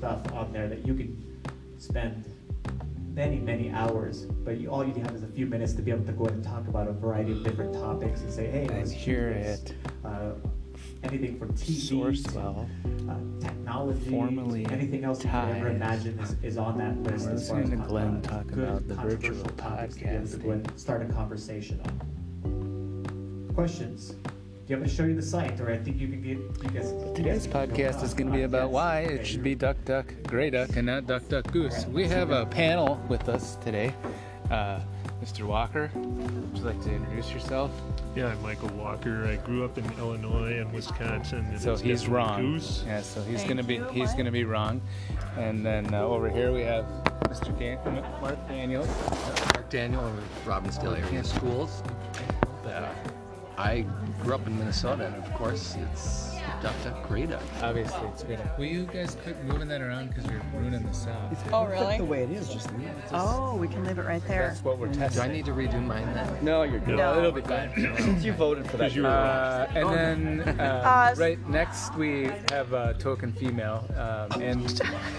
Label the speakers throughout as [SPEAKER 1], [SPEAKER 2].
[SPEAKER 1] there that you could spend many, many hours, but you, all you have is a few minutes to be able to go in and talk about a variety of different topics and say, hey,
[SPEAKER 2] I
[SPEAKER 1] let's do
[SPEAKER 2] hear
[SPEAKER 1] this."
[SPEAKER 2] it.
[SPEAKER 1] Uh, anything from TV
[SPEAKER 2] Sourcewell.
[SPEAKER 1] to uh, technology,
[SPEAKER 2] Formerly
[SPEAKER 1] to anything else you could ever
[SPEAKER 2] Tide.
[SPEAKER 1] imagine is, is on that list.
[SPEAKER 2] We're
[SPEAKER 1] as far as
[SPEAKER 2] listening to
[SPEAKER 1] con-
[SPEAKER 2] Glenn
[SPEAKER 1] uh,
[SPEAKER 2] talk
[SPEAKER 1] good
[SPEAKER 2] about the
[SPEAKER 1] controversial
[SPEAKER 2] virtual
[SPEAKER 1] topics to be able to go
[SPEAKER 2] podcasting.
[SPEAKER 1] and start a conversation on. Questions? Do you want me to show you the site, or I think you can get you guys? you
[SPEAKER 2] Today's
[SPEAKER 1] guys can go
[SPEAKER 2] podcast
[SPEAKER 1] on
[SPEAKER 2] is going to be about
[SPEAKER 1] podcasts.
[SPEAKER 2] why
[SPEAKER 1] Okay,
[SPEAKER 2] it should
[SPEAKER 1] you're-
[SPEAKER 2] be Duck Duck Gray Duck and not Duck Duck Goose. We have a panel with us today. Uh, Mr. Walker, would you like to introduce yourself?
[SPEAKER 3] Yeah, I'm Michael Walker. I grew up in Illinois and Wisconsin. It
[SPEAKER 2] So
[SPEAKER 3] is
[SPEAKER 2] he's
[SPEAKER 3] definitely
[SPEAKER 2] wrong.
[SPEAKER 3] Goose.
[SPEAKER 2] Yeah, so he's
[SPEAKER 4] Thank
[SPEAKER 2] going to be
[SPEAKER 4] you,
[SPEAKER 2] he's
[SPEAKER 4] Mike.
[SPEAKER 2] going to be wrong. And then uh, over here we have Mr. Dan- Mark Daniels.
[SPEAKER 5] Mark Daniel, I'm with Robin Still Area Schools. Uh, I grew up in Minnesota, and of course, it's Duck Duck Great Duck.
[SPEAKER 2] Obviously, it's good. Will you guys quit moving that around because you're ruining the sound?
[SPEAKER 4] Oh, really?
[SPEAKER 6] The way it is, just leave it.
[SPEAKER 4] Oh, we can leave it right there.
[SPEAKER 2] That's what we're
[SPEAKER 5] Do I
[SPEAKER 2] testing.
[SPEAKER 5] need to redo mine then?
[SPEAKER 6] No, you're good.
[SPEAKER 4] No.
[SPEAKER 6] It'll be fine. you voted for that.
[SPEAKER 3] You were
[SPEAKER 2] Uh, and then uh,
[SPEAKER 4] Uh,
[SPEAKER 2] right next we have a token female, um, and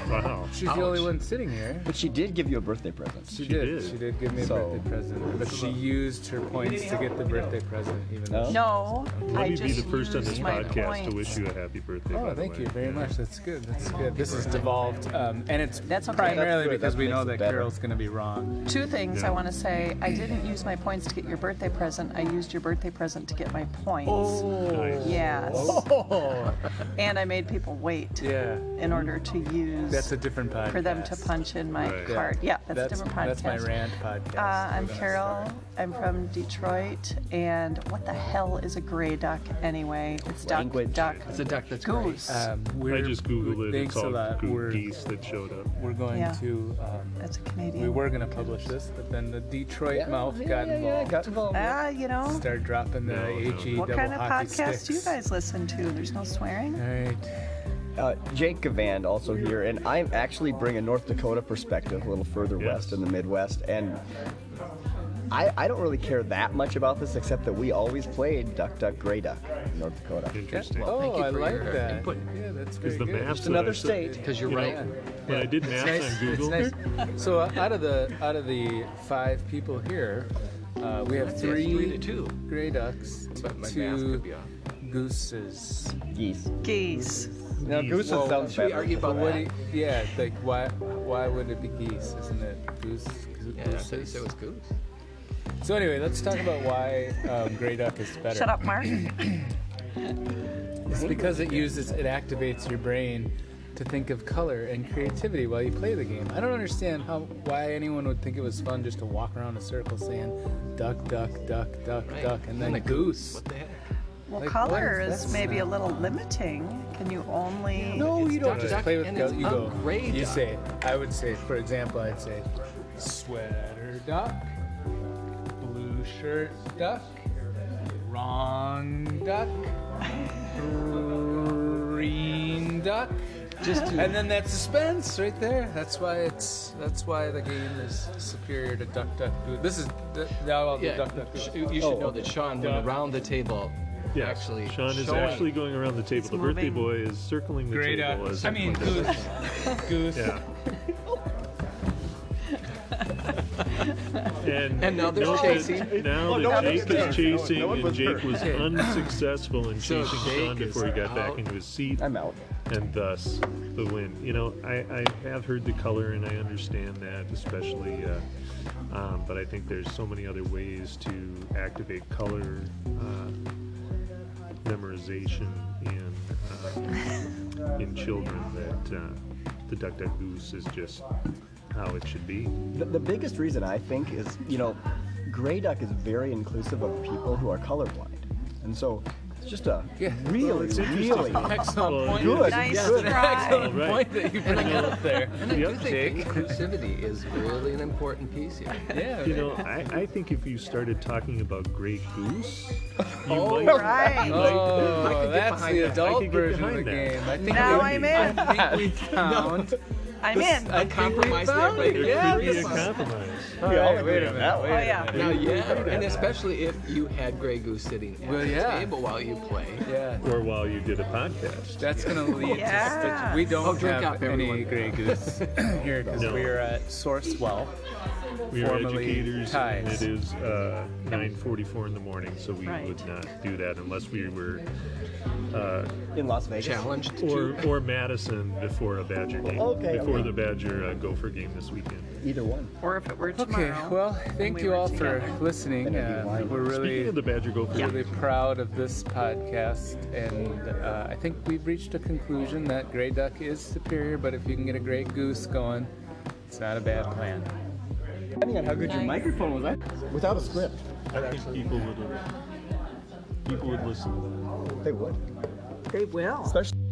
[SPEAKER 3] wrong. Wow.
[SPEAKER 2] she's the only one sitting here.
[SPEAKER 6] But she did give you a birthday present.
[SPEAKER 2] She,
[SPEAKER 3] She
[SPEAKER 2] did.
[SPEAKER 3] did.
[SPEAKER 2] She did give me a
[SPEAKER 6] So-
[SPEAKER 2] birthday present, but she used her points to get the birthday present, even though.
[SPEAKER 4] No,
[SPEAKER 3] Let
[SPEAKER 4] I
[SPEAKER 3] me
[SPEAKER 4] just
[SPEAKER 3] be the first on
[SPEAKER 4] used
[SPEAKER 3] this
[SPEAKER 4] my
[SPEAKER 3] podcast
[SPEAKER 4] points.
[SPEAKER 3] to wish you a happy birthday. by
[SPEAKER 2] Oh,
[SPEAKER 3] the
[SPEAKER 2] thank
[SPEAKER 3] way.
[SPEAKER 2] you very much. That's good. That's good. This is devolved, um, and it's
[SPEAKER 4] That's okay.
[SPEAKER 2] primarily
[SPEAKER 6] That's good.
[SPEAKER 2] because
[SPEAKER 6] That
[SPEAKER 2] we know
[SPEAKER 6] makes
[SPEAKER 2] that
[SPEAKER 6] it better.
[SPEAKER 2] Carol's going to be wrong.
[SPEAKER 4] Two things
[SPEAKER 3] Yeah.
[SPEAKER 4] I want to say. I didn't use my points to get your birthday present. I used your birthday present to get my points.
[SPEAKER 3] Nice.
[SPEAKER 4] Yes. And I made people wait
[SPEAKER 2] Oh. Yeah,
[SPEAKER 4] in order to use
[SPEAKER 2] that's a different podcast.
[SPEAKER 4] for them to punch in my
[SPEAKER 3] Right.
[SPEAKER 4] card. Yeah, that's,
[SPEAKER 2] That's,
[SPEAKER 4] a different podcast.
[SPEAKER 2] that's my rant podcast.
[SPEAKER 4] Uh, I'm
[SPEAKER 2] We're gonna
[SPEAKER 4] Carol.
[SPEAKER 2] start.
[SPEAKER 4] I'm from Detroit. And what the hell is a gray duck anyway? It's duck,
[SPEAKER 6] Language.
[SPEAKER 4] duck,
[SPEAKER 5] It's a duck that's great.
[SPEAKER 4] goose.
[SPEAKER 2] Um, we're,
[SPEAKER 3] I just googled it.
[SPEAKER 2] Thanks
[SPEAKER 3] It's all
[SPEAKER 2] a lot.
[SPEAKER 3] goo-
[SPEAKER 2] We're,
[SPEAKER 3] geese that showed up.
[SPEAKER 2] we're going
[SPEAKER 4] Yeah.
[SPEAKER 2] to. Um,
[SPEAKER 4] that's a Canadian.
[SPEAKER 2] we were going to publish this, but then the Detroit
[SPEAKER 6] Oh,
[SPEAKER 2] mouth got involved.
[SPEAKER 6] got involved.
[SPEAKER 4] Ah, you know.
[SPEAKER 2] Start dropping the
[SPEAKER 3] No, no.
[SPEAKER 2] HE
[SPEAKER 4] What
[SPEAKER 2] double
[SPEAKER 4] kind of
[SPEAKER 2] hockey
[SPEAKER 4] podcast do you
[SPEAKER 2] sticks.
[SPEAKER 4] guys listen to? There's no swearing.
[SPEAKER 2] All right.
[SPEAKER 6] Uh, Jake Gavand also here, and I actually bring a North Dakota perspective, a little further
[SPEAKER 3] Yes.
[SPEAKER 6] west in the Midwest, and I, I don't really care that much about this, except that we always played Duck Duck Gray Duck in North Dakota.
[SPEAKER 3] Interesting.
[SPEAKER 5] Well, thank
[SPEAKER 2] oh,
[SPEAKER 5] you
[SPEAKER 2] I
[SPEAKER 5] for
[SPEAKER 2] like
[SPEAKER 5] your
[SPEAKER 2] that.
[SPEAKER 5] input.
[SPEAKER 2] Yeah, that's very
[SPEAKER 3] Because the
[SPEAKER 2] good.
[SPEAKER 3] maps. that I
[SPEAKER 6] Another
[SPEAKER 3] saw-
[SPEAKER 6] state.
[SPEAKER 5] Because you're
[SPEAKER 3] You know,
[SPEAKER 5] right.
[SPEAKER 3] When I did maps on Google,
[SPEAKER 2] It's nice. So uh, out of the out of the five people here, uh, we have
[SPEAKER 5] I'd say it's
[SPEAKER 2] three,
[SPEAKER 5] three to two.
[SPEAKER 2] gray ducks,
[SPEAKER 5] But my math
[SPEAKER 2] two
[SPEAKER 5] could be off.
[SPEAKER 2] gooses.
[SPEAKER 6] Geese.
[SPEAKER 4] Geese.
[SPEAKER 6] Now, goose
[SPEAKER 2] Well,
[SPEAKER 6] sounds
[SPEAKER 5] Should we
[SPEAKER 6] better.
[SPEAKER 5] argue about
[SPEAKER 2] What do
[SPEAKER 5] that?
[SPEAKER 2] you, yeah, like why why would it be geese? Isn't it goose? goose
[SPEAKER 5] Yeah, I said
[SPEAKER 2] gooses?
[SPEAKER 5] it was goose.
[SPEAKER 2] So anyway, let's talk about why um, gray duck is better.
[SPEAKER 4] Shut up, Mark.
[SPEAKER 2] It's because it uses it activates your brain to think of color and creativity while you play the game. I don't understand how why anyone would think it was fun just to walk around a circle saying duck, duck, duck, duck,
[SPEAKER 5] Right.
[SPEAKER 2] duck, and then
[SPEAKER 5] the
[SPEAKER 2] goose.
[SPEAKER 5] What the heck?
[SPEAKER 4] Well,
[SPEAKER 2] Like,
[SPEAKER 4] color
[SPEAKER 2] why is
[SPEAKER 4] is
[SPEAKER 2] that
[SPEAKER 4] maybe a
[SPEAKER 2] sound?
[SPEAKER 4] little limiting. Can you only?
[SPEAKER 2] No,
[SPEAKER 5] It's
[SPEAKER 2] you don't
[SPEAKER 5] duck,
[SPEAKER 2] just
[SPEAKER 5] duck,
[SPEAKER 2] play with
[SPEAKER 5] and
[SPEAKER 2] color.
[SPEAKER 5] it's
[SPEAKER 2] You go.
[SPEAKER 5] a gray
[SPEAKER 2] You
[SPEAKER 5] duck.
[SPEAKER 2] say. I would say, for example, I'd say sweater duck, blue shirt duck, wrong duck, green duck.
[SPEAKER 5] Just to
[SPEAKER 2] And then that suspense right there. That's why it's. That's why the game is superior to Duck Duck Goose. This is th- now I'll do
[SPEAKER 5] yeah,
[SPEAKER 2] Duck Duck Goose.
[SPEAKER 5] sh- you should
[SPEAKER 2] Oh,
[SPEAKER 5] know that Sean went
[SPEAKER 2] Duck.
[SPEAKER 5] around the table.
[SPEAKER 3] yeah,
[SPEAKER 5] actually,
[SPEAKER 3] Sean is
[SPEAKER 5] showing-
[SPEAKER 3] actually going around the table. The birthday
[SPEAKER 4] moving.
[SPEAKER 3] boy is circling the
[SPEAKER 2] Gray
[SPEAKER 3] table.
[SPEAKER 2] Duck.
[SPEAKER 3] as
[SPEAKER 2] uh, I mean
[SPEAKER 3] pointed
[SPEAKER 2] Goose.
[SPEAKER 3] out.
[SPEAKER 2] goose.
[SPEAKER 3] Yeah. And,
[SPEAKER 5] And now there's
[SPEAKER 3] now
[SPEAKER 5] chasing.
[SPEAKER 3] That, now
[SPEAKER 6] oh, no
[SPEAKER 3] that
[SPEAKER 6] one
[SPEAKER 3] Jake
[SPEAKER 6] was
[SPEAKER 3] is
[SPEAKER 6] there. No-
[SPEAKER 3] chasing,
[SPEAKER 6] no one
[SPEAKER 3] and
[SPEAKER 6] was
[SPEAKER 3] Jake
[SPEAKER 6] there.
[SPEAKER 3] was unsuccessful in
[SPEAKER 5] So
[SPEAKER 3] chasing Sean
[SPEAKER 5] Jake
[SPEAKER 3] before he
[SPEAKER 5] is
[SPEAKER 3] got back
[SPEAKER 5] out.
[SPEAKER 3] into his seat,
[SPEAKER 6] I'm out.
[SPEAKER 3] and thus the win. You know, I, I have heard the color, and I understand that, especially. Uh, um, but I think there's so many other ways to activate color uh, memorization in uh, in children that uh, the duck duck goose is just how it should be.
[SPEAKER 6] The, the biggest reason I think is, you know, Grey Duck is very inclusive of people who are colorblind. And so it's just a
[SPEAKER 2] Yeah.
[SPEAKER 6] really,
[SPEAKER 3] it's interesting.
[SPEAKER 6] really
[SPEAKER 2] Excellent
[SPEAKER 3] Well,
[SPEAKER 2] point.
[SPEAKER 6] good,
[SPEAKER 4] Nice
[SPEAKER 6] good
[SPEAKER 4] try.
[SPEAKER 2] Excellent
[SPEAKER 3] Right.
[SPEAKER 2] point that you bring up there.
[SPEAKER 5] And I do
[SPEAKER 3] Yep,
[SPEAKER 5] think that inclusivity is really an important piece here.
[SPEAKER 2] Yeah.
[SPEAKER 3] You know, I, I think if you started talking about gray goose, you might.
[SPEAKER 4] Right.
[SPEAKER 5] I could
[SPEAKER 2] Oh,
[SPEAKER 5] get
[SPEAKER 2] that's
[SPEAKER 5] behind
[SPEAKER 2] the
[SPEAKER 5] that. I
[SPEAKER 2] adult
[SPEAKER 3] could get
[SPEAKER 2] version of the
[SPEAKER 3] behind that.
[SPEAKER 2] game. I think we,
[SPEAKER 4] Now I'm
[SPEAKER 2] I think we found
[SPEAKER 4] I'm
[SPEAKER 5] This-
[SPEAKER 4] in.
[SPEAKER 5] I compromised
[SPEAKER 2] found
[SPEAKER 5] everybody.
[SPEAKER 2] it.
[SPEAKER 3] There
[SPEAKER 2] Yeah,
[SPEAKER 3] could be a
[SPEAKER 2] this is-
[SPEAKER 3] compromise.
[SPEAKER 2] All
[SPEAKER 6] We all
[SPEAKER 2] right,
[SPEAKER 6] agree
[SPEAKER 2] wait a
[SPEAKER 6] on
[SPEAKER 2] minute.
[SPEAKER 6] that.
[SPEAKER 4] oh
[SPEAKER 6] Wait a
[SPEAKER 4] yeah.
[SPEAKER 5] Now, yeah, and especially if you had Grey Goose sitting at
[SPEAKER 2] Well,
[SPEAKER 5] the
[SPEAKER 2] yeah.
[SPEAKER 5] table while you play.
[SPEAKER 2] Yeah.
[SPEAKER 3] Or while you did a podcast.
[SPEAKER 2] That's gonna lead to
[SPEAKER 4] Yeah.
[SPEAKER 2] stitches. We don't
[SPEAKER 5] Oh, drink
[SPEAKER 2] have
[SPEAKER 5] up,
[SPEAKER 2] any
[SPEAKER 5] everyone.
[SPEAKER 2] Grey Goose here because
[SPEAKER 3] No.
[SPEAKER 2] we are at Source Well.
[SPEAKER 3] We are
[SPEAKER 2] Formally
[SPEAKER 3] educators, and
[SPEAKER 2] ties.
[SPEAKER 3] it is uh, 9:44 in the morning, so we
[SPEAKER 4] Right.
[SPEAKER 3] would not do that unless we were, uh,
[SPEAKER 6] in Las Vegas.
[SPEAKER 5] Challenged
[SPEAKER 3] or
[SPEAKER 5] to
[SPEAKER 3] or Madison before a Badger game,
[SPEAKER 6] Okay,
[SPEAKER 3] before
[SPEAKER 6] okay.
[SPEAKER 3] the Badger uh, Gopher game this weekend.
[SPEAKER 6] Either one.
[SPEAKER 4] Or if it were
[SPEAKER 2] Okay.
[SPEAKER 4] tomorrow.
[SPEAKER 2] Well,
[SPEAKER 4] and
[SPEAKER 2] thank
[SPEAKER 4] we
[SPEAKER 2] you
[SPEAKER 4] were
[SPEAKER 2] all
[SPEAKER 4] together.
[SPEAKER 2] for listening.
[SPEAKER 6] Then I'd be
[SPEAKER 2] Uh,
[SPEAKER 6] lying.
[SPEAKER 2] we're
[SPEAKER 3] Speaking
[SPEAKER 2] really
[SPEAKER 3] of the Badger Gopher,
[SPEAKER 2] really proud of this podcast, and uh, I think we've reached a conclusion that gray duck is superior. But if you can get a gray goose going, it's not a bad plan.
[SPEAKER 6] Depending on how good your microphone was, I, without a script,
[SPEAKER 3] I think people would people would listen to that.
[SPEAKER 6] they would.
[SPEAKER 4] They will.
[SPEAKER 6] Especially.